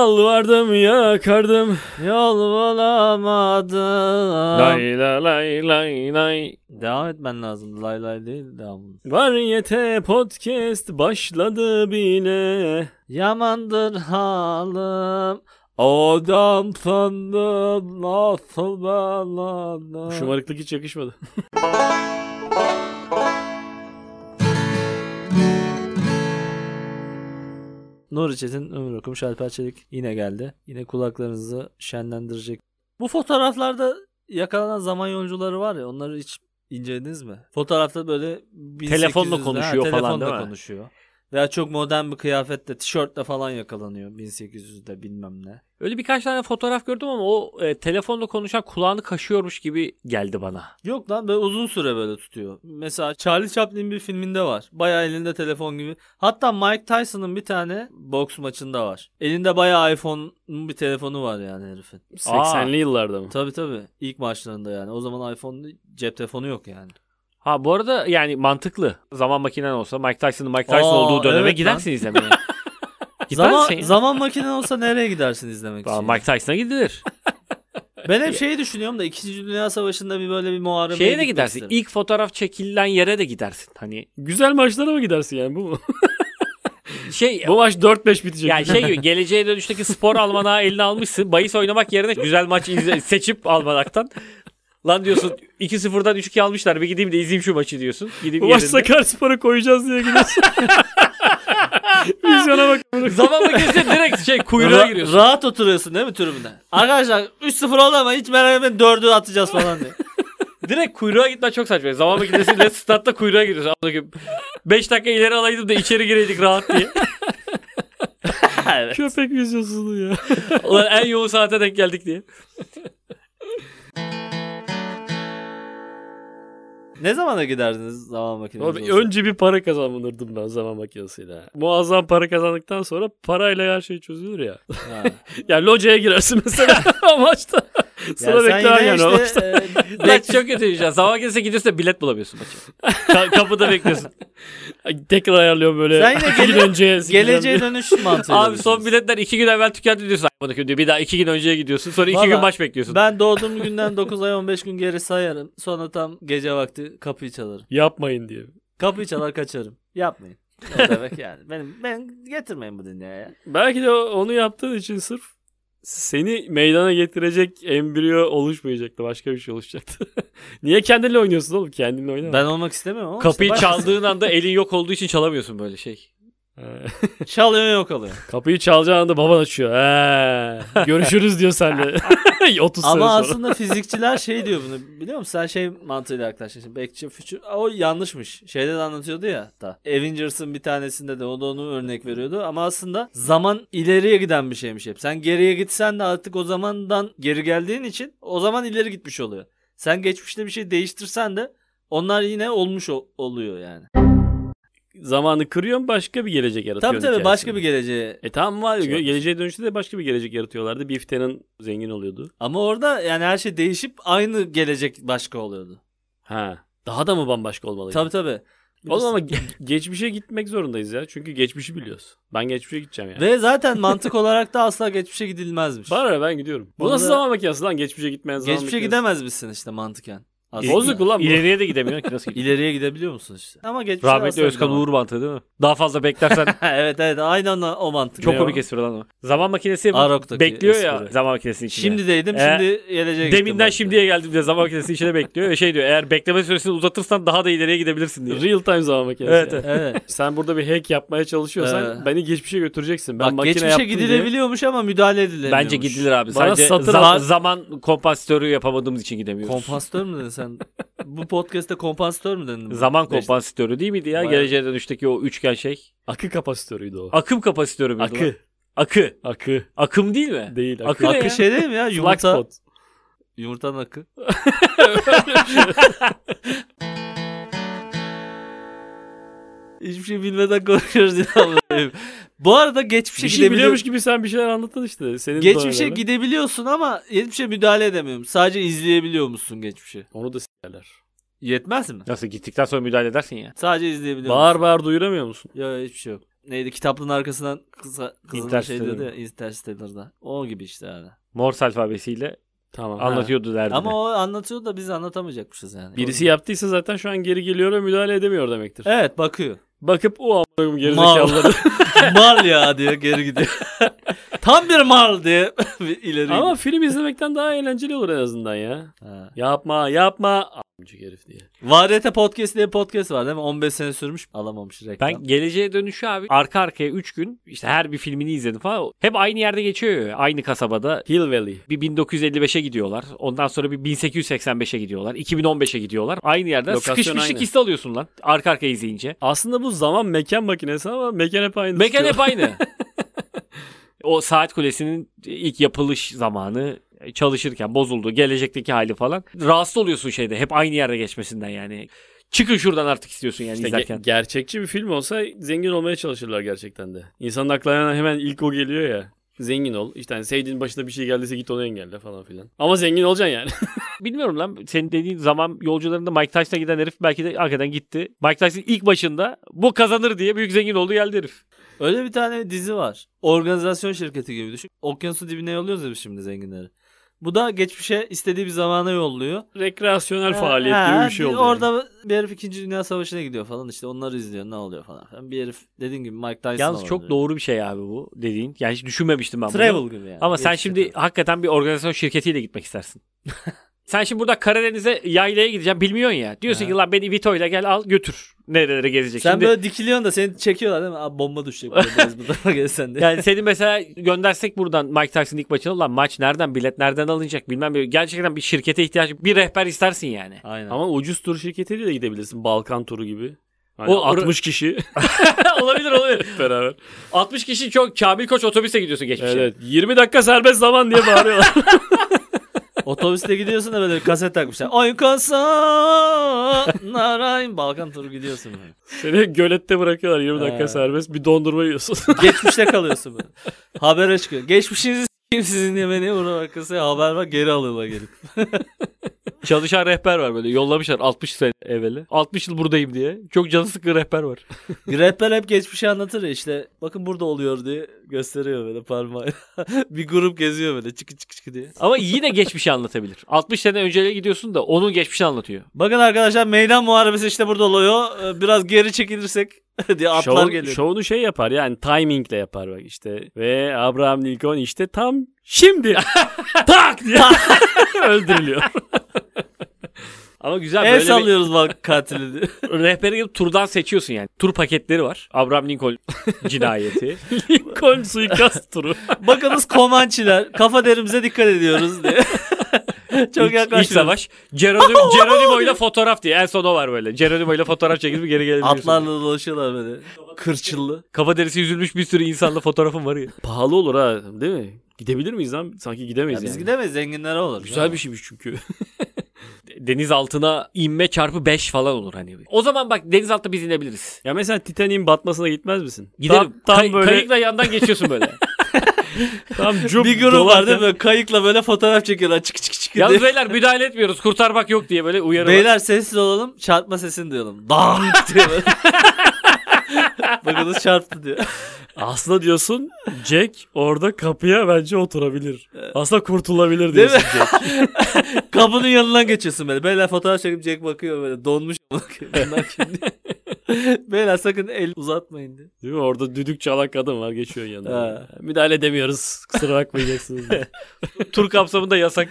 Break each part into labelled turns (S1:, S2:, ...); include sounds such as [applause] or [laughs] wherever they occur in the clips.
S1: Yalvardım yakardım
S2: Yalvalamadım.
S1: Lay lay lay lay lay
S2: Devam etmen lazım. Lay lay değil devamını.
S1: Varyete podcast başladı bile
S2: Yamandır halim. Adam sandım nasıl
S1: Bu
S2: belalı.
S1: Şımarıklık hiç yakışmadı [laughs]
S2: Nuri Çetin, Ömür Okumuş, Alper Çelik yine geldi. Yine kulaklarınızı şenlendirecek. Bu fotoğraflarda yakalanan zaman yolcuları var ya onları hiç incelediniz mi? Fotoğrafta böyle 1800'de,
S1: Telefonla
S2: ha,
S1: konuşuyor falan
S2: telefonla
S1: değil mi?
S2: konuşuyor. Veya çok modern bir kıyafetle, tişörtle falan yakalanıyor 1800'de bilmem ne.
S1: Öyle birkaç tane fotoğraf gördüm ama o e, telefonla konuşan kulağını kaşıyormuş gibi geldi bana.
S2: Yok lan böyle uzun süre böyle tutuyor. Mesela Charlie Chaplin bir filminde var. Bayağı elinde telefon gibi. Hatta Mike Tyson'ın bir tane boks maçında var. Elinde bayağı iPhone'un bir telefonu var yani herifin.
S1: 80'li yıllarda mı?
S2: Tabii tabii. İlk maçlarında yani. O zaman iPhone cep telefonu yok yani.
S1: Ha bu arada yani mantıklı. Zaman makinen olsa Mike Tyson'ın Mike Tyson
S2: Aa,
S1: olduğu döneme
S2: evet lan.
S1: gidersin
S2: [laughs]
S1: izlemeye. Gitmez
S2: Zaman,
S1: misin?
S2: zaman makinen olsa nereye gidersin izlemek
S1: Aa,
S2: için?
S1: Mike Tyson'a gidilir.
S2: Ben hep şeyi düşünüyorum da 2. Dünya Savaşı'nda bir böyle bir muharebeye
S1: Şeye de
S2: gitmek
S1: gidersin.
S2: isterim.
S1: İlk fotoğraf çekilen yere de gidersin. Hani güzel maçlara mı gidersin yani bu mu? [laughs] şey bu maç 4-5 bitecek. Yani şey gibi geleceğe dönüşteki [laughs] spor almanağı eline almışsın. Bahis oynamak yerine güzel maç izle- seçip almanaktan. Lan diyorsun 2-0'dan 3-2 almışlar. Bir gideyim de izleyeyim şu maçı diyorsun. Gideyim
S3: Bu maç Sakaryaspor'a koyacağız diye gidiyorsun. Vizyona bak.
S2: [laughs]
S1: Zaman makinesi direkt şey kuyruğa [laughs]
S2: Ra-
S1: giriyorsun.
S2: rahat oturuyorsun değil mi tribüne? Arkadaşlar 3-0 oldu ama hiç merak etmeyin 4'ü atacağız falan diye.
S1: Direkt kuyruğa gitmen çok saçma. Zaman makinesiyle statta kuyruğa giriyorsun. 5 dakika ileri alaydım da içeri gireydik rahat diye.
S2: [laughs] Evet.
S3: Köpek vizyonsuzluğu ya.
S1: [laughs] Ulan en yoğun saate denk geldik diye.
S2: ne zamana giderdiniz zaman makinesi
S3: Oğlum,
S2: olsa?
S3: önce bir para kazanırdım ben zaman makinesiyle. Muazzam para kazandıktan sonra parayla her şey çözülür ya. [laughs]
S1: [laughs]
S2: Ha.
S3: Ya locaya girersin
S2: [laughs]
S3: mesela [laughs] amaçta. Sıra
S2: Yani sen
S3: bekler
S2: yine
S3: yani o
S2: işte,
S1: [laughs]
S2: e,
S1: Lan çok kötüymüş ya. Zaman makinesine gidiyorsun da bilet bulamıyorsun maçı.
S3: [laughs]
S1: Ka- kapıda bekliyorsun.
S3: Tekrar ayarlıyorum böyle.
S2: Sen yine
S3: iki gün
S2: gele-
S3: önce.
S2: [laughs] geleceğe dönüş mantığıyla.
S1: Abi son
S2: düşünüyorsun.
S1: biletler iki gün evvel tükendi diyorsun. "Ay, bunu diyor. Bir daha iki gün önceye gidiyorsun. Sonra iki
S2: Vallahi
S1: gün maç bekliyorsun.
S2: Ben doğduğum günden 9 ay 15 gün geri sayarım. Sonra tam gece vakti kapıyı çalarım.
S3: Yapmayın diye.
S2: Kapıyı çalar kaçarım. Yapmayın. O
S1: [laughs]
S2: demek yani. Benim, ben getirmeyin bu dünyaya.
S3: Belki de o- onu yaptığın için sırf seni meydana getirecek embriyo oluşmayacaktı. Başka bir şey oluşacaktı. [laughs] Niye kendinle oynuyorsun oğlum? Kendinle oynama.
S2: Ben olmak istemiyorum ama.
S1: Kapıyı
S2: işte başkası-
S1: çaldığın anda elin yok olduğu için çalamıyorsun böyle şey.
S3: Ee,
S2: [laughs] Çalıyor yok oluyor.
S3: Kapıyı çalacağın anda baban açıyor.
S1: [laughs]
S3: Ee, görüşürüz diyor senle. [laughs] 30 sene
S2: ama
S3: sonra.
S2: aslında fizikçiler şey diyor bunu. Biliyor musun? Sen şey mantığıyla yaklaştın. Şimdi Backçı Future. O yanlışmış. Şeyde de anlatıyordu ya. Da. Avengers'ın bir tanesinde de o da onu örnek veriyordu. Ama aslında zaman ileriye giden bir şeymiş hep. Sen geriye gitsen de artık o zamandan geri geldiğin için o zaman ileri gitmiş oluyor. Sen geçmişte bir şey değiştirsen de onlar yine olmuş ol- oluyor yani.
S3: Zamanı kırıyorsun başka bir gelecek
S2: Tabii
S3: yaratıyorsun.
S2: tabii başka bir
S3: hikayesinde.
S2: geleceğe.
S3: E tamam var.
S2: Şey
S3: Ge- geleceğe dönüşte de başka bir gelecek yaratıyorlardı. Biff Tannen zengin oluyordu.
S2: Ama orada yani her şey değişip aynı gelecek başka oluyordu.
S3: Ha. Daha da mı bambaşka olmalıydı?
S2: Tabii tabii.
S3: Oğlum ama ge- geçmişe gitmek zorundayız ya. Çünkü geçmişi biliyoruz. Ben geçmişe gideceğim yani.
S2: Ve zaten mantık [laughs] olarak da asla geçmişe gidilmezmiş.
S3: Bana ne, ben gidiyorum. Bu
S2: Bana
S3: nasıl
S2: da-
S3: zaman makinesi lan? Geçmişe gitmeyen zaman
S2: geçmişe
S3: makinesi.
S2: gidemez misin işte mantıken. Aslında.
S3: Bozuk ulan bu.
S1: İleriye de gidemiyorsun ki nasıl gidiyorsun?
S2: İleriye gidebiliyor musun işte? Ama geçmişe
S1: Rahmetli
S2: asla [laughs]
S1: Özkan
S2: gidemem.
S1: Uğur mantığı değil mi? Daha fazla [laughs] beklersen
S2: evet evet aynen o, o mantık.
S1: çok
S3: Ne
S1: komik
S3: o?
S1: espri lan o. Zaman makinesi
S2: Arok'taki
S1: bekliyor ya
S2: espri.
S1: zaman makinesinin içinde.
S2: Şimdi deydim
S1: Ee,
S2: şimdi geleceğe gittim
S1: Deminden
S2: ben.
S1: şimdiye geldim diye zaman makinesinin içine bekliyor. Ve şey diyor eğer bekleme süresini uzatırsan daha da ileriye gidebilirsin diyor.
S3: Real time zaman makinesi.
S1: Evet,
S3: yani.
S2: [laughs] Evet.
S3: Sen burada bir hack yapmaya çalışıyorsan
S2: Ee.
S3: beni geçmişe götüreceksin. Ben
S2: Bak
S3: makine
S2: geçmişe
S3: yaptım diye-
S2: gidilebiliyormuş ama müdahale edilemiyormuş.
S1: Bence gidilir abi.
S3: Bana
S1: Sadece
S3: satır
S1: za-
S3: al-
S1: zaman kompansatörü yapamadığımız için gidemiyoruz.
S2: Kompansatör mü dedin sen? Bu podcast'te kompansatör mü dedin? Beş-
S1: zaman kompansatörü değil miydi ya?
S2: Bayağı.
S1: Geleceğe dönüşteki o üçgen şey.
S3: Akı kapasitörüydü o.
S1: Akım kapasitörü müydü? lan?
S3: Akı.
S1: Akı.
S3: Akı.
S1: Akım değil mi?
S3: Değil. Akı.
S1: Akı ne ya?
S2: Akı şey değil mi ya? Yumurta,
S3: Flagspot.
S2: yumurtanın akı.
S3: [laughs]
S2: Hiçbir şey bilmeden konuşuyoruz ya. amına koyayım. Bu arada geçmişe
S3: Bir şey
S2: gidebiliyormuş.
S3: biliyormuş gibi sen bir şeyler anlattın işte. Senin
S2: Geçmişe
S3: dönemlerine.
S2: gidebiliyorsun ama geçmişe müdahale edemiyorum. Sadece izleyebiliyor musun geçmişi?
S3: Onu da s**erler.
S2: Yetmez mi?
S1: Nasıl gittikten sonra müdahale edersin ya?
S2: Sadece izleyebiliyor
S3: Bağır
S2: musun?
S3: bağır duyuramıyor musun?
S2: Yok hiçbir şey yok. neydi kitaplığın arkasından kısa kızın şey
S1: Interstellar.
S2: dedi ya Interstellar'da. O gibi işte yani.
S1: Morse alfabesiyle
S3: Tamam.
S1: anlatıyordu derdi.
S2: Ama
S1: Ama
S2: o anlatıyor da biz anlatamayacakmışız yani.
S3: Birisi yaptıysa zaten şu an geri geliyor müdahale edemiyor demektir.
S2: Evet bakıyor.
S3: Bakıp o a**ım
S2: Mal.
S3: gerizekalıları.
S2: mal ya diyor geri gidiyor. [laughs] Tam bir mal diye [laughs] ileri
S3: Ama film izlemekten daha eğlenceli olur en azından ya.
S2: gidiyor. Ha.
S3: Yapma yapma. A**ıncı herif diye.
S2: Variyete Podcast diye podcast var değil mi? 15 sene sürmüş alamamış reklam.
S1: ben geleceğe dönüşü abi arka arkaya 3 gün işte her bir filmini izledim falan. Hep aynı yerde geçiyor ya. Aynı kasabada
S3: Hill Valley.
S1: bir 1955'e gidiyorlar. Ondan sonra bir 1885'e gidiyorlar. 2015'e gidiyorlar. Aynı yerden
S3: Lokasyon
S1: sıkışmışlık
S3: aynı.
S1: hissi alıyorsun lan. Arka arkaya izleyince.
S3: Aslında bu zaman mekan makinesi ama mekan hep aynı.
S1: Mekan
S3: tutuyor.
S1: hep
S3: [laughs]
S1: aynı. o saat kulesinin ilk yapılış zamanı e, çalışırken bozuldu. Gelecekteki hali falan. Rahatsız oluyorsun şeyde. Hep aynı yerde geçmesinden yani. Çıkın şuradan artık istiyorsun yani
S3: İşte ge-
S1: izlerken.
S3: gerçekçi bir film olsa zengin olmaya çalışırlar gerçekten de. İnsanın aklına hemen ilk o geliyor ya. Zengin ol. İşte hani sevdiğin başına bir şey geldiyse git onu engelle falan filan. Ama zengin olacaksın yani. [laughs]
S1: Bilmiyorum lan senin dediğin zaman yolcularında Mike Tyson'a giden herif belki de hakikaten gitti. Mike Tyson ilk başında bu kazanır diye büyük zengin oldu geldi herif.
S2: Öyle bir tane dizi var. Organizasyon şirketi gibi düşün. Okyanusun dibine yolluyoruz ya biz şimdi zenginleri. Bu da geçmişe istediği bir zamana yolluyor.
S3: Rekreasyonel
S2: Ha,
S3: faaliyet
S2: ha,
S3: gibi bir şey
S2: bir-
S3: oluyor.
S2: Orada bir herif 2. Dünya Savaşı'na gidiyor falan işte onları izliyor ne oluyor falan. filan. Bir herif dediğin gibi Mike Tyson
S1: Yalnız
S2: olabilir.
S1: çok doğru bir şey abi bu dediğin. Yani hiç düşünmemiştim ben bunu.
S2: Travel gibi yani.
S1: Ama sen
S2: Geçmişe
S1: şimdi
S2: dönüyor.
S1: hakikaten bir organizasyon şirketiyle gitmek istersin. [laughs] sen şimdi burada Karadeniz'e yaylaya gideceğim bilmiyorsun ya. Diyorsun
S2: Ha.
S1: ki lan beni Vito'yla gel al götür. Nerelere gezecek.
S2: sen
S1: şimdi,
S2: böyle dikiliyorsun da seni çekiyorlar değil mi? Abi bomba [laughs] düşecek burada biraz bu tarafa gelsen diye.
S1: yani seni mesela göndersek buradan Mike Tyson'ın ilk maçına lan maç nereden bilet nereden alınacak bilmem ne. Gerçekten bir şirkete ihtiyaç bir rehber
S2: [laughs]
S1: istersin yani. [laughs]
S2: Aynen.
S3: Ama ucuz tur şirketiyle de gidebilirsin. Balkan turu gibi. Hani
S1: O-
S3: 60 kişi [laughs]
S1: olabilir olabilir.
S3: beraber.
S1: 60 kişi çok Kamil Koç otobüse gidiyorsun geçmişe.
S3: Evet, 20 dakika serbest zaman diye bağırıyorlar.
S2: Otobüste gidiyorsun da böyle kaset takmışlar. Oy kasa narayın. Balkan turu gidiyorsun böyle.
S3: [laughs] Seni gölette bırakıyorlar 20
S2: Ee.
S3: dakika serbest. Bir dondurma yiyorsun.
S2: Geçmişte kalıyorsun böyle. Habere çıkıyor. Geçmişinizi s**eyim sizin yemeğine uğra arkasına haber var geri alıyorlar gelip.
S1: Çalışan rehber var böyle yollamışlar 60 sene evveli. 60 yıl buradayım diye. Çok canı sıkı rehber var.
S2: Rapper hep geçmişi anlatır ya işte. Bakın burada oluyor diye gösteriyor böyle parmağıyla. [laughs] bir grup geziyor böyle çıkı çıkı çıkı diye.
S1: [laughs] Ama yine geçmişi anlatabilir. 60 sene önceye gidiyorsun da onun geçmişini anlatıyor.
S2: Bakın arkadaşlar meydan muharebesi işte burada oluyor. Ee, Biraz geri çekilirsek [laughs] diye atlar
S3: Şov,
S2: geliyor.
S3: şovunu şey yapar yani timingle yapar bak işte. Ve Abraham Lincoln işte tam [laughs] şimdi tak diye [laughs] öldürülüyor.
S1: Ama güzel
S2: El
S1: böyle
S3: [laughs]
S1: bir
S2: sallıyoruz bak katili diye.
S1: rehberi gibi turdan seçiyorsun yani. Tur paketleri var. Abraham [laughs] Lincoln cinayeti.
S3: Lincoln suikast turu.
S2: Bakınız Komançiler kafa derimize dikkat ediyoruz diye. [laughs] Çok
S1: İç, iç
S2: yaklaşıyor.
S1: savaş. [laughs] Geronimo, Geronimo ile fotoğraf diye. En son o var böyle. Geronimo ile fotoğraf çekilip geri gelebiliyorsun.
S2: Atlarla dolaşıyorlar böyle. Kırçıllı.
S1: Kafa derisi üzülmüş bir sürü insanla fotoğrafım var ya.
S3: Pahalı olur ha değil mi? Gidebilir miyiz lan? Sanki gidemeyiz
S2: Ya biz
S3: yani.
S2: gidemeyiz zenginlere olur.
S3: Güzel bir şeymiş
S1: [laughs]
S3: çünkü.
S1: Deniz altına inme çarpı 5 falan olur hani. O zaman bak deniz altına biz inebiliriz.
S3: ya mesela Titanic'in batmasına gitmez misin?
S1: Gidelim.
S3: Tam, tam
S1: Kay-
S3: böyle
S1: Kayıkla yandan
S3: [laughs]
S1: geçiyorsun böyle.
S3: tam cup
S2: bir grup var değil
S3: dolarken-
S2: mi? Böyle Kayıkla böyle fotoğraf çekiyorlar. Çık çık çık. diye.
S1: Yalnız beyler müdahale etmiyoruz. Kurtarmak yok diye böyle uyarı var.
S2: Beyler sessiz olalım. Çarpma sesini duyalım. Dank diye böyle. [laughs] Bakınız çarptı diyor.
S3: Aslında diyorsun Jack orada kapıya bence oturabilir. Aslında kurtulabilir
S2: Değil mi?
S3: diyorsun
S2: [laughs]
S3: Jack.
S2: Kapının yanından geçiyorsun böyle. Beyler fotoğraf çekip Jack bakıyor böyle. Donmuş. Bunlar kim diye. [laughs] Beyler sakın el uzatmayın diye.
S3: Değil mi? Orada düdük çalan kadın var geçiyor yanına.
S2: Ha.
S3: Müdahale edemiyoruz. Kusura bakmayacaksınız. diye.
S1: Tur kapsamında yasak.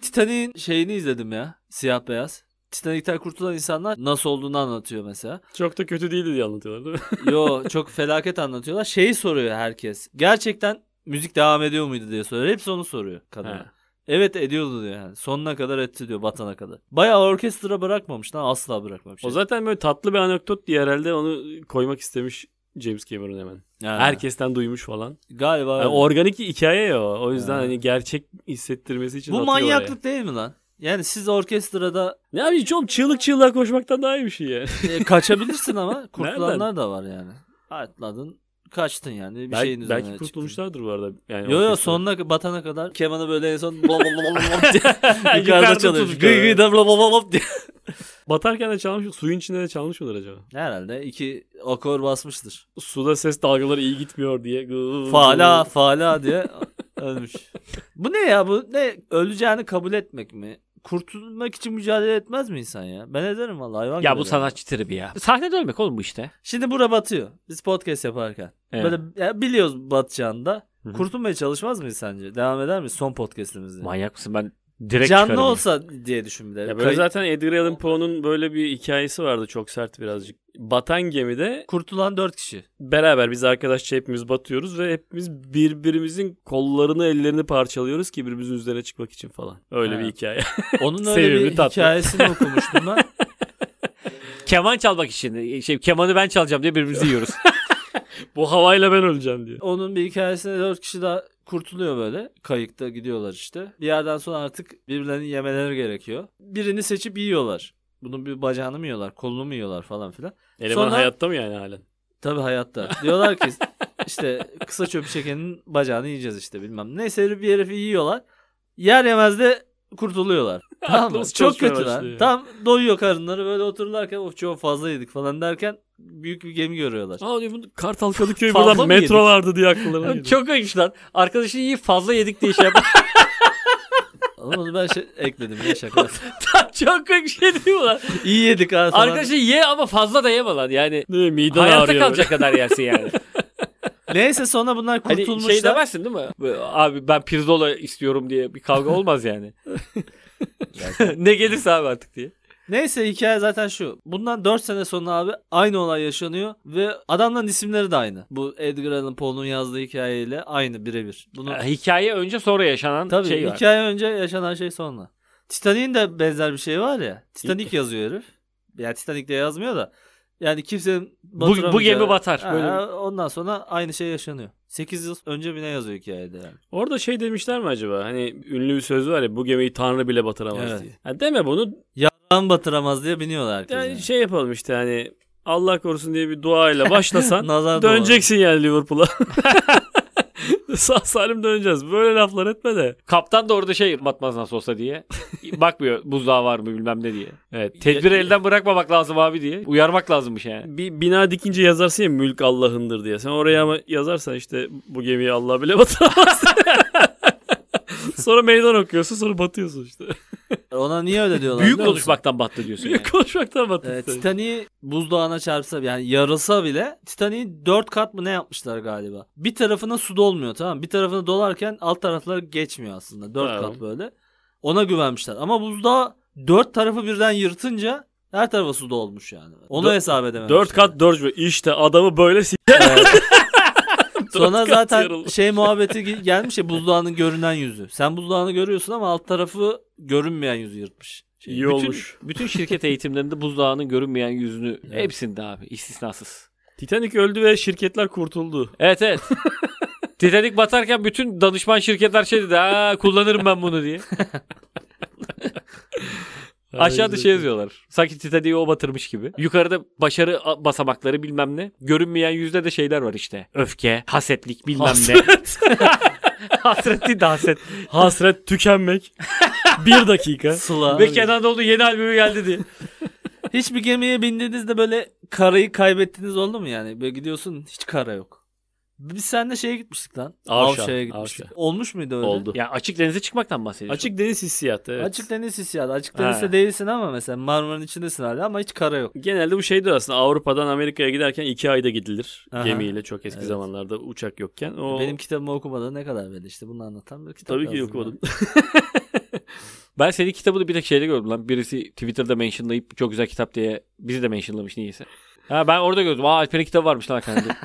S2: Titanic'in şeyini izledim ya. Siyah beyaz. Titanic'ten kurtulan insanlar nasıl olduğunu anlatıyor mesela.
S3: Çok da kötü değildi diye anlatıyorlar değil mi? [laughs]
S2: Yo çok felaket anlatıyorlar. Şeyi soruyor herkes. Gerçekten müzik devam ediyor muydu diye soruyor. Hepsi onu soruyor kadına.
S3: Ha.
S2: Evet ediyordu diyor yani. Sonuna kadar etti diyor batana kadar. Bayağı orkestra bırakmamış lan asla bırakmamış.
S3: O zaten böyle tatlı bir anekdot diye herhalde onu koymak istemiş James Cameron hemen.
S2: Ha.
S3: Herkesten duymuş falan.
S2: galiba
S3: Yani
S2: öyle.
S3: organik hikaye ya o. O yüzden
S2: Ha.
S3: hani gerçek hissettirmesi için
S2: bu
S3: atıyor oraya.
S2: manyaklık değil mi lan? Yani siz orkestrada
S3: Ne abi hiç oğlum çığlık çığlığa koşmaktan daha iyi bir şey yani.
S2: e, kaçabilirsin
S3: [laughs]
S2: ama kurtulanlar da var yani. Atladın kaçtın yani bir
S3: Belki-
S2: şeyin üzerine
S3: belki
S2: çıktın.
S3: kurtulmuşlardır bu arada. Yani
S2: Yo yo
S3: orkestra.
S2: sonuna batana kadar kemanı böyle en son bol bol bol bol bol diye [laughs] yukarıda
S3: Yukarıda
S2: çalıyor.
S3: tutup
S2: Gıy gıy da bol bol bol bol diye.
S3: Batarken de çalmış, suyun içinde de çalmış mıdır acaba?
S2: [laughs] Herhalde iki akor basmıştır.
S3: Suda ses dalgaları iyi gitmiyor diye. gıı-
S2: Fala fala diye ölmüş. Bu ne ya bu ne öleceğini kabul etmek mi? Kurtulmak için mücadele etmez mi insan ya? Ben ederim vallahi hayvan
S1: Ya
S2: gibi
S1: bu
S2: ben.
S1: sanatçı tribi ya. Sahnede ölmek oğlum bu işte.
S2: Şimdi bura batıyor. Biz podcast yaparken.
S1: Evet.
S2: Böyle ya biliyoruz batacağını da.
S3: Hı hı.
S2: Kurtulmaya çalışmaz mıyız sence? Devam eder miyiz son podcast'imizde?
S1: Manyak mısın ben direkt
S2: Canlı
S1: çıkarım.
S2: olsa diye düşün bir de.
S3: Ya
S2: Kay-
S3: böyle zaten Edgar Allan Poe'nun böyle bir hikayesi vardı çok sert birazcık. Batan gemide
S2: Kurtulan dört kişi.
S3: beraber biz arkadaşça hepimiz batıyoruz ve hepimiz birbirimizin kollarını ellerini parçalıyoruz ki birbirimizin üzerine çıkmak için falan. Öyle
S2: Ha.
S3: bir hikaye. [laughs]
S2: Onun öyle
S3: Sevimli
S2: bir
S3: tatlı.
S2: hikayesini
S3: [laughs]
S2: okumuştum ben.
S1: Keman çalmak için. Şey, kemanı ben çalacağım diye birbirimizi yiyoruz.
S3: Bu havayla ben öleceğim diye.
S2: Onun bir hikayesinde dört kişi daha kurtuluyor böyle. Kayıkta gidiyorlar işte. Bir yerden sonra artık birbirlerini yemeleri gerekiyor. Birini seçip yiyorlar. Bunun bir bacağını mı yiyorlar, kolunu mu yiyorlar falan filan.
S3: [laughs] Eleman
S2: Sonra-
S3: hayatta mı yani halen?
S2: Tabii
S3: [laughs]
S2: hayatta. Diyorlar ki işte kısa çöpü çekenin bacağını yiyeceğiz işte bilmem. Neyse bir herifi yiyorlar. Yer yemez de
S3: [laughs]
S2: kurtuluyorlar. tamam mı?
S3: Aklımız
S2: Çok
S3: çalışmaya
S2: kötü lan.
S3: başlıyor.
S2: Tam doyuyor karınları böyle otururlarken of çok fazla yedik falan derken büyük bir gemi görüyorlar.
S3: Aa diyor bu Kartal Kadıköy
S1: Fazla
S3: buradan
S1: mı yedik?
S3: metro vardı diye akıllarına geliyor.
S1: Çok ayıp lan. Arkadaşı iyi fazla yedik diye şey yaptı.
S2: Oğlum onu ben şey ekledim ya şaka.
S1: [laughs] Çok ayıp bir şey değil mi lan?
S2: İyi yedik ha falan.
S1: Arkadaşı ye ama fazla da yeme lan. Yani
S3: Ne, miden
S1: hayatta
S3: ağrıyor böyle.
S1: kalacak kadar yersin yani.
S2: Neyse sonra bunlar
S1: hani
S2: kurtulmuşlar.
S1: şey demezsin değil mi? Böyle, Abi ben pirzola istiyorum diye bir kavga olmaz yani. ne gelirse abi artık diye.
S2: Neyse hikaye zaten şu. Bundan 4 sene sonra abi aynı olay yaşanıyor ve adamların isimleri de aynı. Bu Edgar Allan Poe'nun yazdığı hikayeyle aynı birebir. Bunu
S1: Ha, Hikaye önce sonra yaşanan
S2: Tabii
S1: şey var.
S2: hikaye önce yaşanan şey sonra. Titanic'in de benzer bir şey var ya. Titanic yazıyor herif. Yani Titanic de yazmıyor da. Yani kimsenin
S1: Bu, bu gemi
S2: batıramayacağı-
S1: batar.
S2: Ha,
S1: Böyle bir-
S2: ha, ondan sonra aynı şey yaşanıyor. 8 yıl önce bir ne yazıyor hikayede yani.
S3: Orada şey demişler mi acaba? Hani ünlü bir söz var ya bu gemiyi tanrı bile batıramaz
S2: Evet.
S3: diye. Ha, deme bunu.
S2: Lan batıramaz diye biniyorlar herkes.
S3: Yani
S2: yani.
S3: şey yapalım işte hani Allah korusun diye bir
S2: [laughs]
S3: duayla başlasan
S2: Nazar duvarı.
S3: döneceksin yani Liverpool'a. [laughs] Sağ salim döneceğiz. Böyle laflar etme de.
S1: Kaptan da orada şey batmaz nasıl olsa diye. Bakmıyor buzdağı var mı bilmem ne diye.
S3: Evet.
S1: Tedbiri elden bırakmamak lazım abi diye. Uyarmak lazımmış yani.
S3: bir bina dikince yazarsın ya mülk Allah'ındır diye. Sen oraya ama yazarsan işte bu gemiyi Allah bile batıramaz. [laughs] sonra meydan okuyorsun sonra batıyorsun işte.
S2: E, Ona niye öyle diyorlar?
S1: Büyük
S2: biliyor musun?
S1: konuşmaktan battı diyorsun yani.
S3: Büyük [laughs] konuşmaktan
S2: Ee,
S3: batıyorsun.
S2: Titanic'i buzdağına çarpsa yani yarılsa bile Titanic'in 4 kat mı ne yapmışlar galiba. Bir tarafına su dolmuyor tamam mı? Bir tarafına dolarken alt tarafları geçmiyor aslında. 4
S3: Tamam.
S2: kat böyle. Ona güvenmişler. Ama buzdağı 4 tarafı birden yırtınca her tarafa su dolmuş yani. Onu
S3: Dö-
S2: hesap edememişler.
S3: 4 kat 4 işte adamı böyle s-
S2: [laughs] Evet. Sonra
S3: Dört kat
S2: zaten
S3: yarıldı.
S2: şey muhabbeti ge- gelmiş ya buzdağının görünen yüzü. Sen buzdağını görüyorsun ama alt tarafı görünmeyen yüzü yırtmış. Şey,
S3: iyi
S1: Bütün-
S3: olmuş.
S1: Bütün şirket eğitimlerinde buzdağının görünmeyen yüzünü
S2: Evet.
S1: hepsinde abi istisnasız.
S3: Titanic öldü ve şirketler kurtuldu.
S1: Evet evet. Titanic batarken bütün danışman şirketler şey dedi. "Aa, kullanırım ben bunu diye. Aşağıda şey yazıyorlar. Sanki Titanic'i o batırmış gibi. Yukarıda başarı a- basamakları bilmem ne. Görünmeyen yüzde de şeyler var işte. Öfke, hasetlik bilmem [laughs] ne. Hasret değil de haset.
S3: Hasret tükenmek. bir dakika.
S2: Sıla.
S1: Ve Kenan Doğulu yeni albümü geldi diye. [laughs]
S2: Hiçbir gemiye bindiğinizde böyle karayı kaybettiğiniz oldu mu yani? Böyle gidiyorsun hiç kara yok. Biz seninle şeye gitmiştik lan.
S3: Avşa,
S2: Avşa'ya gitmiştik.
S3: Avşa.
S2: Olmuş muydu öyle?
S3: Oldu.
S1: Ya açık denize çıkmaktan bahsediyorsun.
S3: Açık deniz hissiyatı. Evet.
S2: Açık deniz hissiyatı. Açık
S3: Ha.
S2: denizde değilsin ama mesela Marmara'nın içindesin hala ama hiç kara yok.
S3: Genelde bu şeydir aslında Avrupa'dan Amerika'ya giderken iki ayda gidilir
S2: Aha.
S3: gemiyle çok eski
S2: Evet.
S3: zamanlarda uçak yokken. O,
S2: Benim kitabımı okumadan ne kadar belli işte bunu anlatan bir kitap
S3: tabii ki
S2: yazdım
S3: okumadım.
S2: [laughs]
S1: Ben senin kitabını bir tek şeyde gördüm lan. Birisi Twitter'da mentionlayıp çok güzel kitap diye bizi de mentionlamış niyeyse. Ha ben orada gördüm. Aa Alper'in kitabı varmış lan hakikaten. dedim.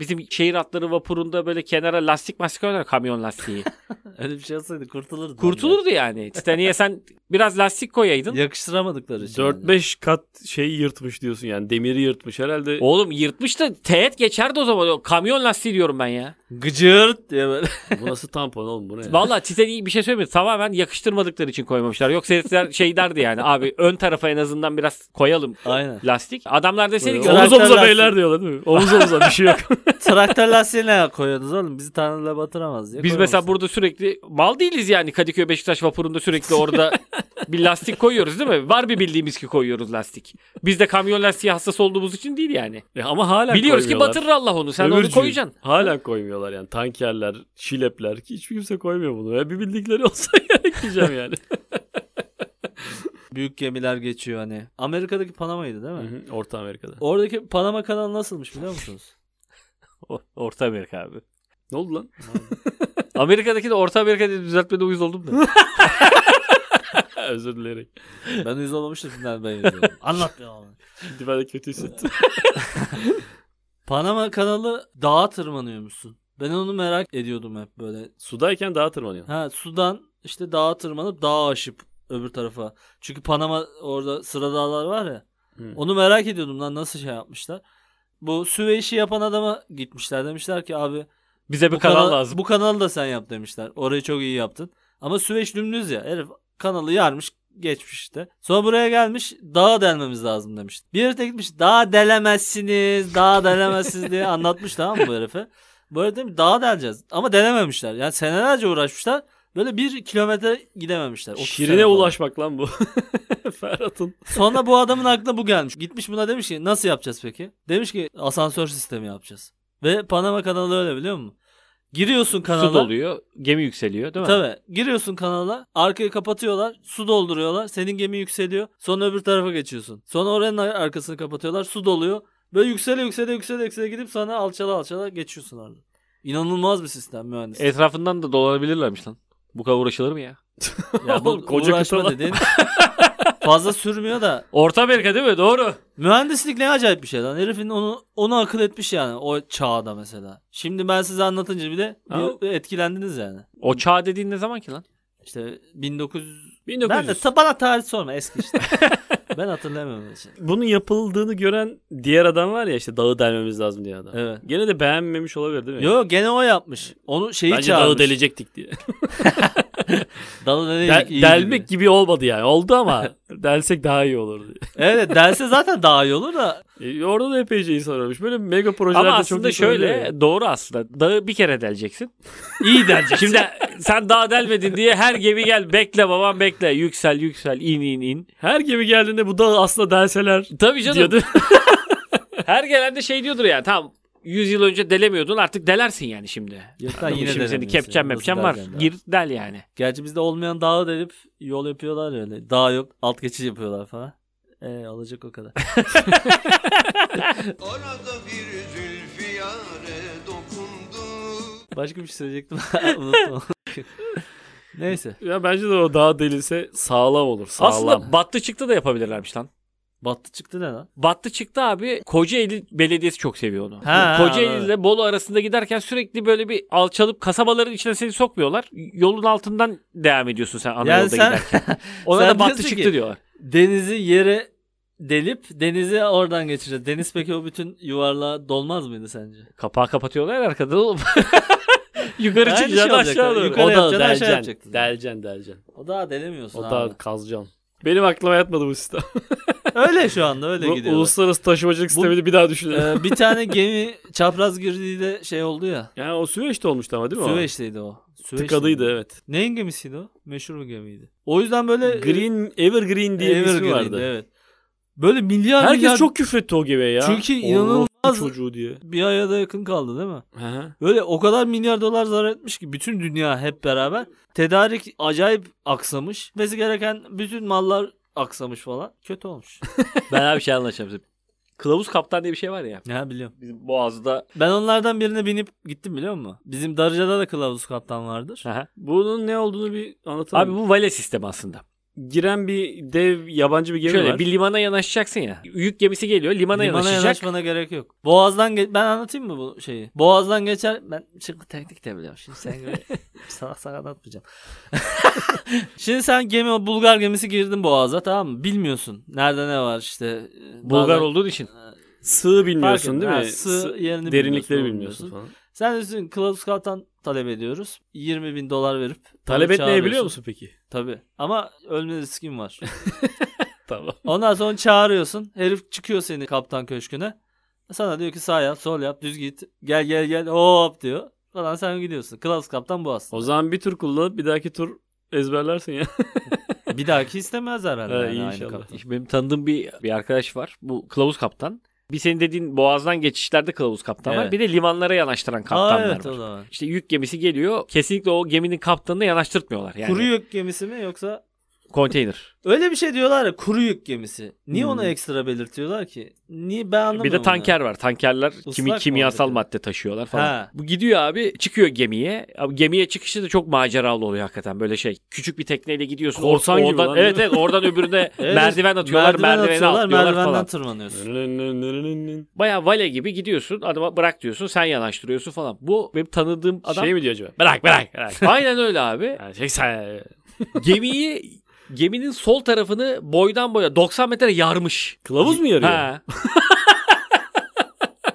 S1: Bizim şehir atları vapurunda böyle kenara lastik mastik koyarlar kamyon lastiği.
S2: ben. Öyle bir şey olsaydı kurtulurdun.
S1: Kurtulurdu yani. Titanic'e sen Biraz lastik koyaydın.
S2: Yakıştıramadıkları için. bence.
S3: 4-5 kat şeyi yırtmış diyorsun yani demiri yırtmış herhalde.
S1: Oğlum yırtmış da teğet geçerdi o zaman. O Kamyon lastiği diyorum ben ya.
S2: Gıcırt diye [laughs] böyle.
S3: Bu nasıl tampon oğlum bu ne? ya?
S1: Valla Titan'i bir şey söyleyeyim mi? Tamamen yakıştırmadıkları için koymamışlar. Yoksa herifler şey derdi yani. Abi ön tarafa en azından biraz koyalım
S2: Aynen.
S1: lastik. Adamlar deseydi ki
S2: Böyle
S3: Omuz
S2: Traktör
S3: omuza
S2: lastiği.
S3: beyler diyorlar değil mi? Omuz omuza bir şey yok.
S2: Traktör lastiğine koyuyordunuz oğlum. Bizi tanrıla batıramaz diye.
S1: Biz mesela burada sürekli mal değiliz yani Kadıköy Beşiktaş vapurunda sürekli [laughs] orada bir lastik koyuyoruz değil mi? Var bir bildiğimiz ki koyuyoruz lastik. Biz de kamyon lastiği hassas olduğumuz için değil yani.
S3: E ama hala
S1: Biliyoruz ki
S3: koymuyorlar.
S1: batırır Allah onu. Sen onu
S3: Öbürcüğü
S1: koyacaksın.
S3: Hala koymuyorlar yani tankerler, şilepler ki hiç kimse koymuyor bunu. Ya bir bildikleri [laughs] olsa gerek diyeceğim yani.
S2: Büyük gemiler geçiyor hani. Amerika'daki Panama'ydı değil mi?
S3: Hı hı, Orta Amerika'da.
S2: Oradaki Panama kanalı nasılmış biliyor [laughs] musunuz?
S1: Orta Amerika abi.
S3: Ne oldu lan?
S1: Amerika'daki de Orta Amerika diye düzeltmede uyuz oldum da.
S3: Özür dilerim.
S2: ben uyuz olmamıştım şimdiden ben izliyorum. [laughs] Anlat be oğlum.
S3: Şimdi ben de kötü hissettim.
S2: Panama kanalı dağa tırmanıyormuşsun. Ben onu merak ediyordum hep böyle.
S3: Sudayken dağa tırmanıyor.
S2: Ha sudan işte dağa tırmanıp dağa aşıp öbür tarafa. Çünkü Panama orada sıra dağlar var ya.
S3: Hı.
S2: Onu merak ediyordum lan nasıl şey yapmışlar. Bu Süveyş'i yapan adama gitmişler. Demişler ki abi
S1: Bize bir
S2: bu,
S1: kanal
S2: kanal-
S1: lazım.
S2: bu kanalı da sen yap demişler. Orayı çok iyi yaptın. Ama Süveyş dümdüz ya. Herif kanalı yarmış geçmiş işte. Sonra buraya gelmiş dağa delmemiz lazım demiş. Bir herife gitmiş dağa delemezsiniz dağa delemezsiniz diye anlatmış [laughs] tamam mı bu herife. Bu herif demiş dağa deleceğiz ama delememişler. Yani senelerce uğraşmışlar. Böyle bir kilometre gidememişler. 30 sene
S3: Şirine
S2: falan.
S3: ulaşmak lan bu. [laughs] Ferhat'ın.
S2: [laughs] Sonra bu adamın aklına bu gelmiş. Gitmiş buna demiş ki nasıl yapacağız peki? Demiş ki asansör sistemi yapacağız. Ve Panama kanalı öyle biliyor musun? Giriyorsun kanala.
S1: Su doluyor. Gemi yükseliyor değil mi?
S2: Tabii. Giriyorsun kanala. Arkayı kapatıyorlar. Su dolduruyorlar. Senin gemi yükseliyor. Sonra öbür tarafa geçiyorsun. Sonra oranın ar- arkasını kapatıyorlar. Su doluyor. Böyle yüksele yüksele yüksele yüksele gidip sana alçala alçala geçiyorsun orada. İnanılmaz bir sistem mühendis.
S1: Etrafından da dolanabilirlermiş lan. Bu kadar uğraşılır mı ya?
S2: ya
S1: [laughs]
S3: oğlum, koca
S2: uğraşma
S3: kıtalar.
S2: dediğin [laughs] fazla sürmüyor da
S1: Orta Amerika değil mi? Doğru.
S2: mühendislik ne acayip bir şey lan. Herifin onu onu akıl etmiş yani o çağda mesela. Şimdi ben size anlatınca bile bir etkilendiniz yani.
S1: O çağ dediğin ne zaman ki lan?
S2: İşte 1900 Ben de
S3: 1900.
S2: ta- bana tarih sorma eski [laughs] işte. ben hatırlamıyorum öyle şey.
S3: Bunun yapıldığını gören diğer adam var ya işte dağı delmemiz lazım diye adam.
S2: Evet.
S3: Gene de beğenmemiş olabilir değil mi?
S2: Yo gene o yapmış. Onu şeyi
S3: Bence
S2: çağırmış.
S3: dağı delecektik diye.
S2: Dalı
S3: Del-
S2: delecek iyi
S3: delmek
S2: gibi.
S3: gibi olmadı yani. Oldu ama delsek daha iyi olurdu.
S2: Evet delse zaten daha iyi olur da.
S3: E, orada da epeyce insan aramış. Böyle mega projelerde
S1: Ama
S3: çok
S1: aslında
S3: insan
S1: şöyle
S3: ölüyor ya.
S1: doğru aslında. Dağı bir kere deleceksin.
S2: iyi delecek.
S1: Şimdi sen dağ delmedin diye her gemi gel bekle babam bekle. Yüksel yüksel in in in.
S3: Her gemi geldiğinde bu dağı aslında delseler
S1: Tabii canım.
S3: diyordu.
S1: Her gelen de şey diyordur ya tamam 100 yıl önce delemiyordun artık delersin yani şimdi.
S2: Yok lan
S1: Yine
S2: yine
S1: şimdi senin
S2: denemeyiz.
S1: kepçen
S2: Nasıl
S1: mepçen var.
S2: derken daha.
S1: Gir del yani.
S2: Gerçi bizde olmayan dağı delip yol yapıyorlar ya öyle. Dağ yok alt geçiş yapıyorlar falan. Ee, olacak o [laughs] kadar.
S4: Orada bir zülfiyare dokundu.
S2: Başka bir şey söyleyecektim. [laughs] Unuttum. Neyse.
S3: Ya bence de o dağ delilse sağlam olur. Sağlam.
S1: Aslında battı çıktı da yapabilirlermiş lan.
S2: Battı çıktı ne lan?
S1: Battı çıktı abi Kocaeli Belediyesi çok seviyor onu.
S2: Ha,
S1: Kocaeli
S2: anladım.
S1: ile Bolu arasında giderken sürekli böyle bir alçalıp kasabaların içine seni sokmuyorlar. Yolun altından devam ediyorsun sen ana
S2: Yani
S1: yolda
S2: sen-
S1: giderken. Ona
S2: sen
S1: da battı
S2: diyorsun
S1: çıktı
S2: ki-
S1: diyorlar.
S2: Denizi yere delip denizi oradan geçireceğiz. Deniz peki o bütün yuvarlığa dolmaz mıydı sence?
S1: Kapağı kapatıyorlar arkada
S2: [laughs]
S1: oğlum. Yukarı
S2: Aynı
S1: çıkacaksın
S2: şey olacak
S1: aşağı
S2: tabii.
S1: doğru.
S2: Yukarı
S3: o da
S2: yapacaksın, aşağı
S3: deleceksin.
S2: yapacaksın.
S3: Deleceksin deleceksin.
S2: O daha delemiyorsun
S3: O
S2: abi.
S3: da kazacaksın. Benim aklıma yatmadı bu sistem.
S2: [laughs] Öyle şu anda öyle
S3: Bu
S2: gidiyor.
S3: uluslararası taşımacılık sistemini bir daha düşünelim.
S2: Ee, bir tane gemi çapraz girdiği de şey oldu ya.
S3: [laughs] yani o Süveyş'te olmuştu ama değil mi? o?
S2: Süveyş'teydi o. Süveyş'teydi.
S3: Tıkadıydı evet.
S2: Neyin gemisiydi o? Meşhur bir gemiydi. O yüzden böyle e,
S3: Green, Evergreen diye bir ismi
S2: Evergreen'di,
S3: vardı.
S2: Evet. Böyle milyar
S3: Herkes
S2: milyar
S3: çok küfretti o gemiye ya.
S2: Çünkü
S3: Orospu
S2: inanılmaz-
S3: çocuğu diye.
S2: bir aya da yakın kaldı değil mi? Böyle o kadar milyar dolar zarar etmiş ki bütün dünya hep beraber. Tedarik acayip aksamış. Gitmesi gereken bütün mallar aksamış falan. Kötü olmuş.
S1: Ben abi şey anlaşacağım. Kılavuz kaptan diye bir şey var ya.
S2: [laughs] ya biliyorum.
S1: Bizim boğazda.
S2: Ben onlardan birine binip gittim biliyor musun? Bizim Darıca'da da kılavuz kaptan vardır.
S1: Aha.
S3: Bunun ne olduğunu bir anlatalım.
S1: Abi bu vale sistemi aslında.
S3: giren bir dev yabancı bir gemi
S1: Şöyle
S3: var.
S1: bir limana yanaşacaksın ya. Yük gemisi geliyor limana,
S2: Limana
S1: yanaşacak.
S2: yanaşmana gerek yok. Boğaz'dan ge- ben anlatayım mı bu şeyi? Boğaz'dan geçer ben çıktı teknik de biliyorum. Şimdi sen gibi
S3: [laughs]
S2: salak salak anlatmayacağım. [laughs] Şimdi sen gemi Bulgar gemisi girdin Boğaz'a tamam mı? Bilmiyorsun. Nerede ne var işte. e,
S1: Bulgar
S2: bazen-
S1: olduğu için.
S3: sığ bilmiyorsun
S2: Fark
S3: değil mi?
S2: etmez. Sığ yerini bilmiyorsun,
S3: derinlikleri bilmiyorsun
S2: bilmiyorsun.
S3: falan.
S2: Sen üstün Klaus Kaltan talep ediyoruz. 20 bin dolar verip.
S3: Talep
S2: balıkçı
S3: etmeyebiliyor
S2: alıyorsun.
S3: musun peki?
S2: Tabii. Ama ölme riskin var.
S3: Tamam.
S2: Ondan sonra çağırıyorsun. Herif çıkıyor seni kaptan köşküne. Sana diyor ki sağ yap, sol yap, düz git. Gel gel gel hop diyor. Falan sen gidiyorsun. Klaus kaptan bu aslında.
S3: O zaman bir tur kullanıp bir dahaki tur ezberlersin ya.
S2: Bir dahaki istemez herhalde.
S1: Ee,
S3: Ha,
S2: yani
S3: iyi
S2: aynı
S3: inşallah.
S2: kaptan.
S1: Benim tanıdığım bir bir arkadaş var. Bu kılavuz kaptan. Bir senin dediğin boğazdan geçişlerde kılavuz kaptan var.
S2: Evet.
S1: Bir de limanlara yanaştıran
S2: Aa,
S1: kaptanlar
S2: evet
S1: var.
S2: o da var.
S1: İşte yük gemisi geliyor. Kesinlikle o geminin kaptanını yanaştırtmıyorlar. Yani
S2: Kuru yük gemisi mi yoksa?
S1: konteyner.
S2: Öyle bir şey diyorlar ya kuru yük gemisi. Niye onu
S3: Hmm.
S2: ekstra belirtiyorlar ki? Niye ben anlamıyorum.
S1: Bir de
S2: bunu.
S1: tanker var. Tankerler kimi
S2: Islak
S1: kimyasal
S2: muhabbeti.
S1: madde taşıyorlar falan.
S2: Ha.
S1: Bu gidiyor abi çıkıyor gemiye. Abi gemiye çıkışı da çok maceralı oluyor hakikaten. Böyle şey küçük bir tekneyle gidiyorsun.
S3: Korsan gibi
S1: oradan,
S3: lan,
S1: Evet
S3: değil
S1: evet oradan öbürüne
S2: [laughs] Evet,
S1: merdiven atıyorlar.
S2: merdiven
S1: Merdiveni
S2: atıyorlar,
S1: atlıyorlar
S2: merdivenden
S1: falan.
S2: tırmanıyorsun.
S1: Baya vale gibi gidiyorsun. Adama bırak diyorsun. Sen yanaştırıyorsun falan. Bu benim tanıdığım adam.
S3: Şey mi diyor acaba?
S1: Bırak
S3: [laughs]
S1: bırak. bırak. Aynen öyle abi.
S3: Yani şey sen...
S1: Gemiyi geminin sol tarafını boydan boya 90 metre yarmış.
S3: Kılavuz mu yarıyor?
S1: Ha. [laughs]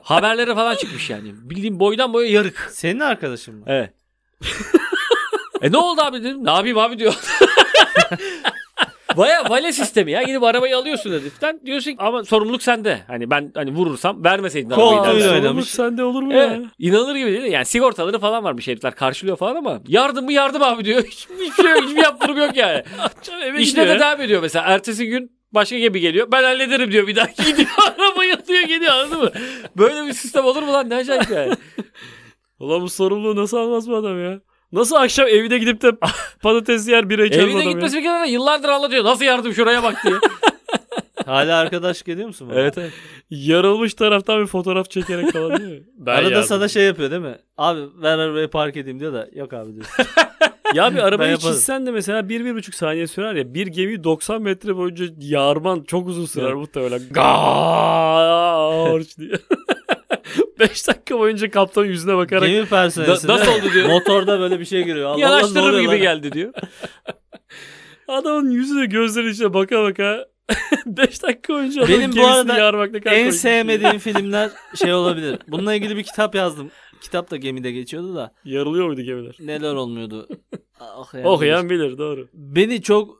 S1: Haberlere falan çıkmış yani. Bildiğin boydan boya yarık.
S2: Senin arkadaşın mı?
S1: Evet. [laughs] e ne oldu abi dedim. Ne yapayım
S3: [laughs]
S1: abi diyor. Baya vale sistemi ya. Gidip arabayı alıyorsun heriften. Diyorsun ki ama sorumluluk sende. Hani ben hani vurursam vermeseydin arabayı.
S2: Koltuğuyla
S1: dersin.
S3: Sorumluluk
S2: oynamış. E,
S3: sende olur mu
S1: Evet.
S3: ya?
S1: İnanılır gibi değil. mi? Yani sigortaları falan varmış herifler karşılıyor falan ama yardım mı yardım abi diyor. [laughs] Hiçbir şey yok. Hiçbir yaptırım yok [laughs] yani.
S3: Eve
S1: İşine de
S3: gidiyor.
S1: devam ediyor mesela. Ertesi gün başka gemi geliyor. Ben hallederim diyor bir daha. [laughs] Gidiyor arabayı atıyor geliyor anladın mı? Böyle bir sistem olur mu lan? Ne acayip [laughs] yani.
S3: Ulan bu sorumluluğu nasıl almaz bu adam ya? Nasıl akşam evine gidip de [laughs] patates yer bira içer bu
S1: Evine
S3: adam
S1: gitmesi bir kenara yıllardır anlatıyor. Nasıl yardım şuraya bak [laughs] diye.
S2: Hala arkadaş geliyor musun? bana?
S3: Evet evet. Yarılmış taraftan bir fotoğraf çekerek falan değil mi? Ben
S2: Arada
S3: yardım-
S2: sana şey yapıyor değil mi? Abi ver arabayı park edeyim diyor da yok abi diyor.
S3: Ya bir
S2: Ben
S3: arabayı
S2: yaparım.
S3: çizsen de mesela 1-1,5 saniye sürer ya. Bir gemiyi 90 metre boyunca yarman çok uzun sürer
S2: Evet.
S3: muhtemelen. Gaaaarç diye. [laughs] 5 dakika boyunca kaptan yüzüne bakarak
S2: Gemi personeli.
S1: Da- nasıl oldu diyor.
S2: Motorda böyle bir şey giriyor. Allah Allah ne
S1: Yanaştırırım
S2: oluyor
S1: gibi
S2: lan?
S1: geldi diyor.
S3: adamın yüzüne gözlerinin içine baka baka [laughs] 5 dakika boyunca adamın
S2: Benim bu
S3: gemisini
S2: arada
S3: yarmakla
S2: En
S3: karşılaşmış.
S1: [laughs]
S2: sevmediğim filmler şey olabilir. Bununla ilgili bir kitap yazdım. Kitap da gemide geçiyordu da
S3: Yarılıyor muydu gemiler?
S2: neler olmuyordu. Ah, Okuyan,
S1: Oh
S3: Okuyan bilir doğru.
S2: Beni çok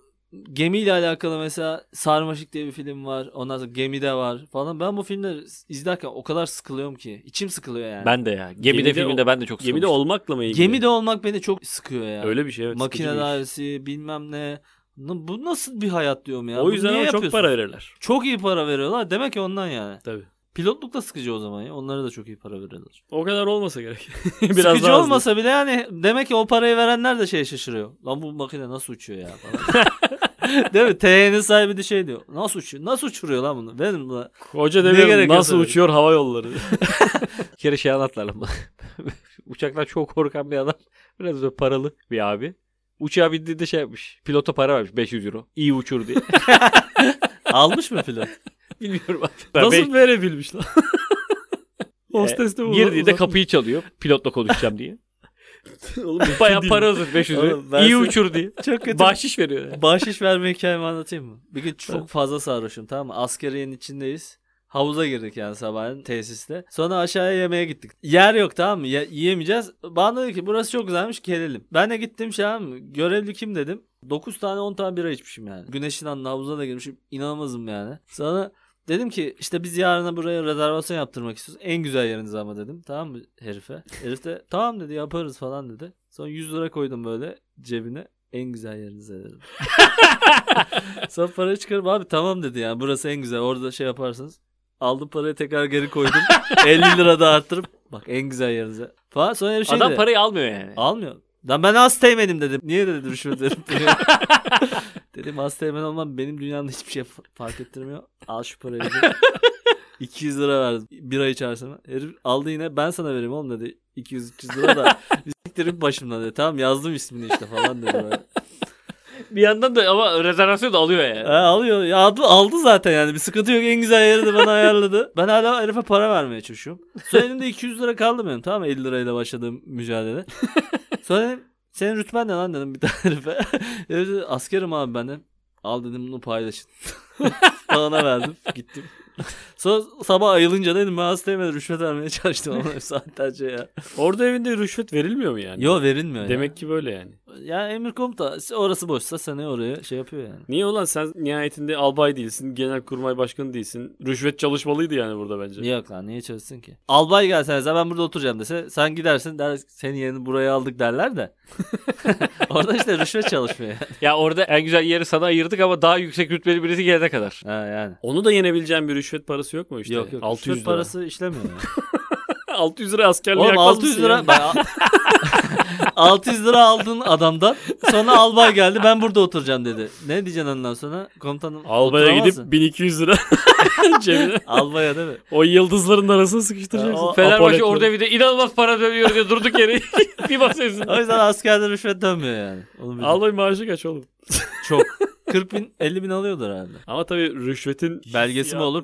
S2: gemiyle alakalı mesela Sarmaşık diye bir film var. Ondan sonra Gemide var falan. Ben bu filmleri izlerken o kadar sıkılıyorum ki. İçim sıkılıyor yani.
S1: Ben de ya. Gemide,
S3: Gemide
S1: filminde ben de çok
S3: Gemide
S1: sıkılmıştım.
S3: olmakla mı ilgili?
S2: Gemide olmak beni çok sıkıyor ya.
S3: Öyle bir şey evet.
S2: Makine
S3: sıkıcı bir iş.
S2: dairesi bilmem ne. Lan Bu nasıl bir hayat diyorum ya.
S3: O
S2: Bunu
S3: yüzden
S2: niye
S3: ama çok
S2: yapıyorsunuz?
S3: para verirler.
S2: Çok iyi para veriyorlar. Demek ki ondan yani.
S3: Tabii.
S2: Pilotluk da sıkıcı o zaman ya. Onlara da çok iyi para
S3: [laughs]
S2: veriyorlar.
S3: O kadar olmasa gerek. [laughs]
S2: sıkıcı
S3: daha hızlı.
S2: olmasa bile yani demek ki o parayı verenler de şey şaşırıyor. Lan bu makine nasıl uçuyor ya
S3: [laughs]
S2: falan. Değil mi? TY'nin sahibi de şey diyor. Nasıl uçuyor? Nasıl uçuruyor lan bunu? Benim lan.
S3: Koca
S2: Ne
S3: demiyorum
S2: gerek
S3: nasıl
S2: yok sana?
S3: uçuyor hava yolları.
S1: Bir kere şey anlattılar ama. [laughs] Uçaktan çok korkan bir adam. Biraz da paralı bir abi. Uçağa bindiğinde şey yapmış. Pilota para vermiş 500 euro. İyi uçur diye.
S2: Almış mı pilot?
S1: Bilmiyorum abi.
S3: Nasıl verebilmiş [laughs] lan? Hostes de
S1: Be-
S3: ulan-
S1: Girdiğinde
S3: uzatmış.
S1: kapıyı çalıyor. Pilotla konuşacağım [laughs] diye.
S3: Oğlum,
S1: Baya
S3: değil.
S1: para hazır 500 euro.
S2: Oğlum ben
S1: İyi
S2: size-
S1: uçur diye.
S2: çok kötü.
S1: Bahşiş veriyor.
S2: [laughs]
S1: yani.
S2: Bahşiş verme hikayemi anlatayım mı? Bir gün çok fazla sarhoşum tamam mı? Askeriyenin içindeyiz. Havuza girdik yani sabahın tesiste. Sonra aşağıya yemeğe gittik. Yer yok tamam mı? Ya, yiyemeyeceğiz. Bana dedi ki burası çok güzelmiş gelelim. Ben de gittim şey tamam mı? Görevli kim dedim. 9 tane 10 tane bira içmişim yani. Güneşin anında havuza da girmişim. İnanamazım yani. Sonra dedim ki işte biz yarına buraya rezervasyon yaptırmak istiyoruz. En güzel yeriniz ama dedim. Tamam mı herife? Herif de tamam dedi yaparız falan dedi. Sonra 100 lira koydum böyle cebine. En güzel yerinize dedim. Sonra parayı çıkarıp abi tamam dedi yani burası en güzel orada şey yaparsınız. Aldım parayı tekrar geri
S1: [laughs]
S2: koydum. 50 lira daha arttırıp bak en güzel yerinize. Falan sonra herif şey
S1: Adam
S2: dedi.
S1: parayı almıyor yani.
S2: Almıyor. Lan ben az teğmenim dedim. Niye dedi rüşvet
S1: [laughs]
S2: verip duruyor? dedim az teğmen olmam benim dünyamda hiçbir şey fa- fark ettirmiyor. Al şu parayı
S1: [laughs]
S2: dedim. 200 lira verdim. Bir ay içerisinde. Herif aldı yine ben sana vereyim oğlum dedi.
S1: [laughs]
S2: 200-300 lira da. Siktirip başımdan dedi. Tamam yazdım ismini işte falan dedi. Böyle.
S1: bir yandan da ama rezervasyon da alıyor yani.
S2: Ha, alıyor. Ya aldı, aldı zaten yani. Bir sıkıntı yok. En güzel yeri de bana [laughs] ayarladı. Ben hala herife para vermeye çalışıyorum. Sonra elimde 200 lira kaldı benim. Tamam mı? 50 lirayla başladığım [laughs] mücadele. Sonra dedim, senin rütben ne lan dedim bir tane [laughs] herife. Herif dedi, Askerim abi ben de. Al dedim bunu paylaşın. [laughs] Bana verdim. Gittim. Sonra sabah ayılınca dedim ben hastayım ben rüşvet vermeye çalıştım ama [laughs] hep saatlerce ya.
S3: Orada evinde rüşvet verilmiyor mu yani?
S2: Yo verilmiyor
S3: Demek ki böyle yani.
S2: ya. Ya emir komuta orası boşsa seni oraya şey yapıyor yani.
S3: Niye ulan sen nihayetinde albay değilsin, genelkurmay başkanı değilsin. Rüşvet çalışmalıydı yani burada bence.
S2: Yok lan niye çalışsın ki? Albay gelse mesela ben burada oturacağım dese sen gidersin der senin yerini buraya aldık derler [laughs] de. Orada işte rüşvet çalışmıyor. yani.
S1: Ya orada en güzel yeri sana ayırdık ama daha yüksek rütbeli birisi gelene kadar.
S2: Ha yani.
S3: Onu da yenebileceğin bir rüşvet parası yok mu işte?
S2: Yok yok
S3: 600
S2: 600
S3: lira. [laughs]
S2: parası işlemiyor. yani.
S3: 600 lira
S2: [laughs]
S3: askerliğe
S2: Oğlum
S3: yakmaz
S2: 600
S3: mısın
S2: lira.
S3: yani?
S2: Ben al- [laughs] 600 lira aldın adamdan. Sonra albay geldi ben burada oturacağım dedi. Ne diyeceksin ondan sonra? Komutanım
S3: Albaya gidip
S2: oturamazsın.
S3: 1200 lira [laughs] cebine.
S2: Albaya değil mi?
S3: O yıldızların arasına sıkıştıracaksın.
S2: Ya, o
S1: Fenerbahçe
S3: Apoletler.
S1: orada bir de inanılmaz para dönüyor diye durduk [laughs] yere bir basıyorsun.
S2: O yüzden askerde rüşvet dönmüyor yani. Onu Al-
S3: Albay maaşı kaç oğlum?
S2: çok. 40 bin 50 bin alıyordur herhalde.
S3: Ama tabii rüşvetin...
S2: Belgesi mi olur?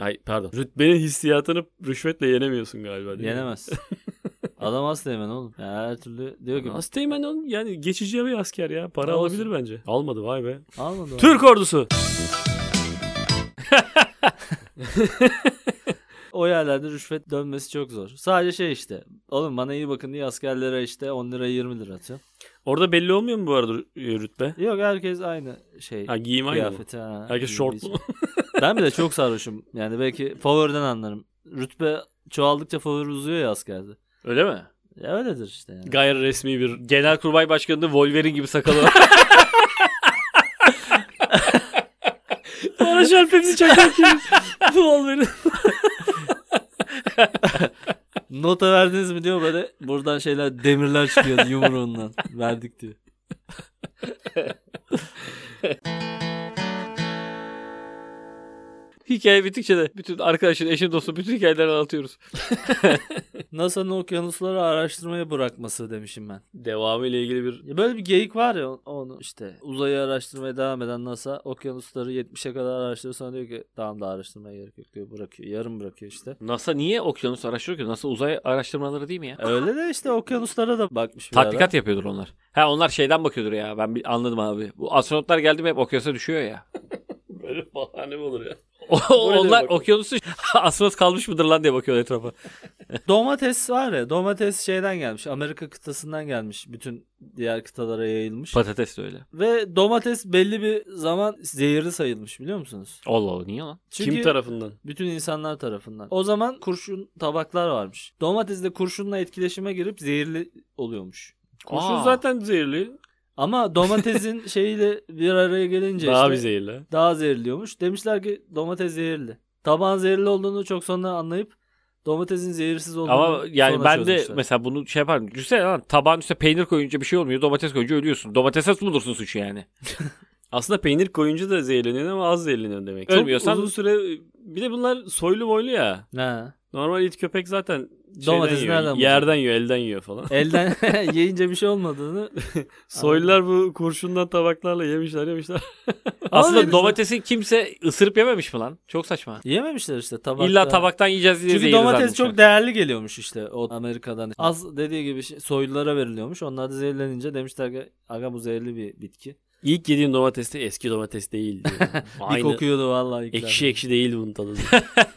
S3: Ay pardon. Rütbenin hissiyatını rüşvetle yenemiyorsun galiba. değil mi?
S2: Yenemez.
S3: [laughs]
S2: Adam hasta hemen oğlum. Yani her türlü diyor ki
S3: Hastayım ben onun yani geçici bir asker ya. Para
S2: Olsun.
S3: alabilir bence. Almadı vay be.
S2: almadı. Türk.
S3: Türk ordusu.
S2: O yerlerde rüşvet dönmesi çok zor. Sadece şey işte. Oğlum bana iyi bakın diye askerlere işte 10 lira 20 lira atıyor.
S3: Orada belli olmuyor mu bu arada rü- rütbe?
S2: Yok herkes aynı şey.
S3: Ha giyim aynı mı?
S2: kıyafeti. Ha,
S3: Herkes
S2: giyim
S3: şort
S2: için.
S3: mu?
S2: Ben bir de çok sarhoşum. Yani belki favoriden anlarım. Rütbe çoğaldıkça favori uzuyor ya askerde.
S1: Öyle mi?
S2: Ya öyledir işte
S3: [laughs]
S2: yani.
S3: Gayri resmi bir
S1: Genelkurmay Başkanı'nın Wolverine gibi sakalı.
S3: Bana şerpemizi çakmak gibi. Wolverine.
S2: Nota verdiniz mi diyor böyle buradan şeyler demirler
S3: [laughs]
S2: çıkıyor yumruğundan. Verdik diyor.
S1: [laughs] Hikaye bittikçe de bütün arkadaşın, eşin, dostun bütün hikayeleri anlatıyoruz.
S2: NASA'nın okyanusları araştırmaya bırakması demişim ben.
S3: Devamı ile ilgili bir
S2: Ya böyle bir geyik var ya onu işte uzayı araştırmaya devam eden NASA okyanusları 70'e kadar araştırıyor sonra diyor ki tamam da araştırmaya gerek yok diyor bırakıyor yarım bırakıyor işte.
S1: NASA niye okyanus araştırıyor ki? NASA uzay araştırmaları değil mi ya?
S2: E, Öyle de işte okyanuslara da bakmış bir
S1: Tatbikat yapıyordur onlar. Ha onlar şeyden bakıyordur ya. Ben bir anladım abi. Bu astronotlar geldi mi hep okyanusa
S2: [laughs]
S1: düşüyor ya.
S3: böyle bahane mi olur ya?
S1: O- onlar
S3: bakıyor.
S1: okyanusu [laughs] astronot kalmış mıdır lan diye bakıyorlar etrafa.
S2: ara. Domates var ya domates şeyden gelmiş Amerika kıtasından gelmiş bütün diğer kıtalara yayılmış.
S1: Patates de öyle.
S2: Ve domates belli bir zaman zehirli sayılmış biliyor musunuz?
S1: Allah Allah niye lan?
S2: Çünkü
S3: Kim tarafından?
S2: bütün insanlar tarafından. O zaman kurşun tabaklar varmış. Domates de kurşunla etkileşime girip zehirli oluyormuş.
S3: Kurşun
S1: Aa.
S3: zaten zehirli.
S2: Ama
S1: [laughs]
S2: domatesin şeyiyle bir araya gelince
S3: Daha
S2: işte
S3: bir zehirli.
S2: daha zehirliyormuş. Demişler ki domates zehirli. Tabağın zehirli olduğunu çok sonra anlayıp domatesin zehirsiz olduğunu
S1: Ama yani
S2: sonra
S1: ben de
S2: çözmüşler.
S1: mesela bunu şey yaparım. Düşünsene lan tabağın üstüne peynir koyunca bir şey olmuyor. Domates koyunca ölüyorsun. Domatese bulursun suçu yani.
S3: Aslında peynir koyunca da zehirleniyor ama az zehirleniyor demek.
S1: Ölmüyorsan-
S3: Çok uzun süre bir de bunlar soylu boylu ya.
S2: Ha.
S3: Normal it köpek zaten şeyden
S2: Domatesi
S3: yiyor,
S2: nereden bulacak?
S3: Yerden yiyor, elden yiyor falan.
S2: Elden [laughs] yiyince bir şey olmadığını.
S3: Soylular bu kurşundan tabaklarla yemişler yemişler.
S1: Aslında
S2: öyle şey.
S1: domatesi kimse ısırıp yememiş mi lan? Çok saçma.
S2: Yememişler işte tabakta.
S1: İlla tabaktan yiyeceğiz diye
S2: Çünkü
S1: zehirli
S2: domates
S1: zannetmişler.
S2: çok değerli geliyormuş işte o Amerika'dan. Az dediği gibi şey- soylulara veriliyormuş. Onlar da zehirlenince demişler ki aga bu zehirli bir bitki.
S3: İlk yediğim domates de eski domates
S1: [laughs]
S3: değildi.
S2: Bir
S3: Aynı
S2: kokuyordu vallahi. ilkler.
S3: ekşi ekşi değil bunun tadı.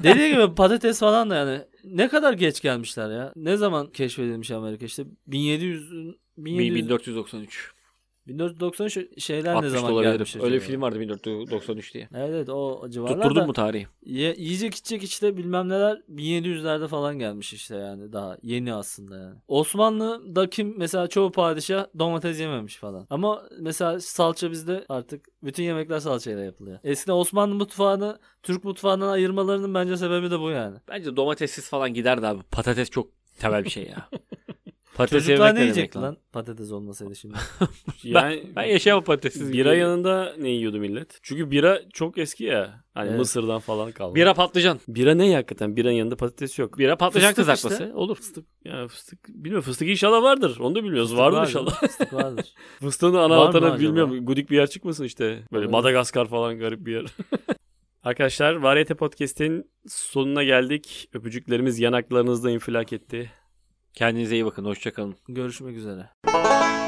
S2: Dediği gibi patates falan da yani ne kadar geç gelmişler ya. Ne zaman keşfedilmiş Amerika işte 1700'ün 1700,
S1: 1493.
S2: 1493 şeyler ne
S1: 60
S2: zaman
S1: olabilir.
S2: gelmiş?
S1: Öyle bir
S2: acaba?
S1: film vardı 1493 diye.
S2: Evet evet o civarlarda.
S1: Tutturdun mu tarihi?
S2: Ye- yiyecek içecek işte bilmem neler 1700'lerde falan gelmiş işte yani daha yeni aslında yani. Osmanlı'da kim mesela çoğu padişah domates yememiş falan. Ama mesela salça bizde artık bütün yemekler salçayla yapılıyor. Eskiden Osmanlı mutfağını Türk mutfağından ayırmalarının bence sebebi de bu yani. [laughs]
S1: Bence domatessiz falan giderdi abi. Patates çok temel bir şey ya. Patates yemek
S2: Çocuklar ne
S1: demek
S2: yiyecek lan? Patates olmasaydı şimdi.
S3: Yani
S1: [laughs] Ben yaşayamam patatesiz.
S3: bira yanında ne yiyordu millet? Çünkü bira çok eski ya. Hani
S2: Evet.
S3: Mısır'dan falan kaldı.
S1: Bira patlıcan.
S3: Bira ne ya hakikaten? Biranın yanında patates yok.
S1: Bira patlıcan
S3: Fıstık
S1: kızartması.
S3: işte. Olur. Fıstık. Ya fıstık. Bilmiyorum fıstık inşallah vardır. Onu da bilmiyoruz. vardır inşallah.
S2: Fıstık vardır.
S3: Fıstığın
S2: Var
S3: ana
S2: mı
S3: vatanı
S2: acaba?
S3: bilmiyorum. Gudik bir yer çıkmasın işte. Böyle
S2: Evet.
S3: Madagaskar falan garip bir yer. [laughs] Arkadaşlar Variyete Podcast'in sonuna geldik. Öpücüklerimiz yanaklarınızda infilak etti.
S1: Kendinize iyi bakın. Hoşçakalın.
S2: Görüşmek üzere.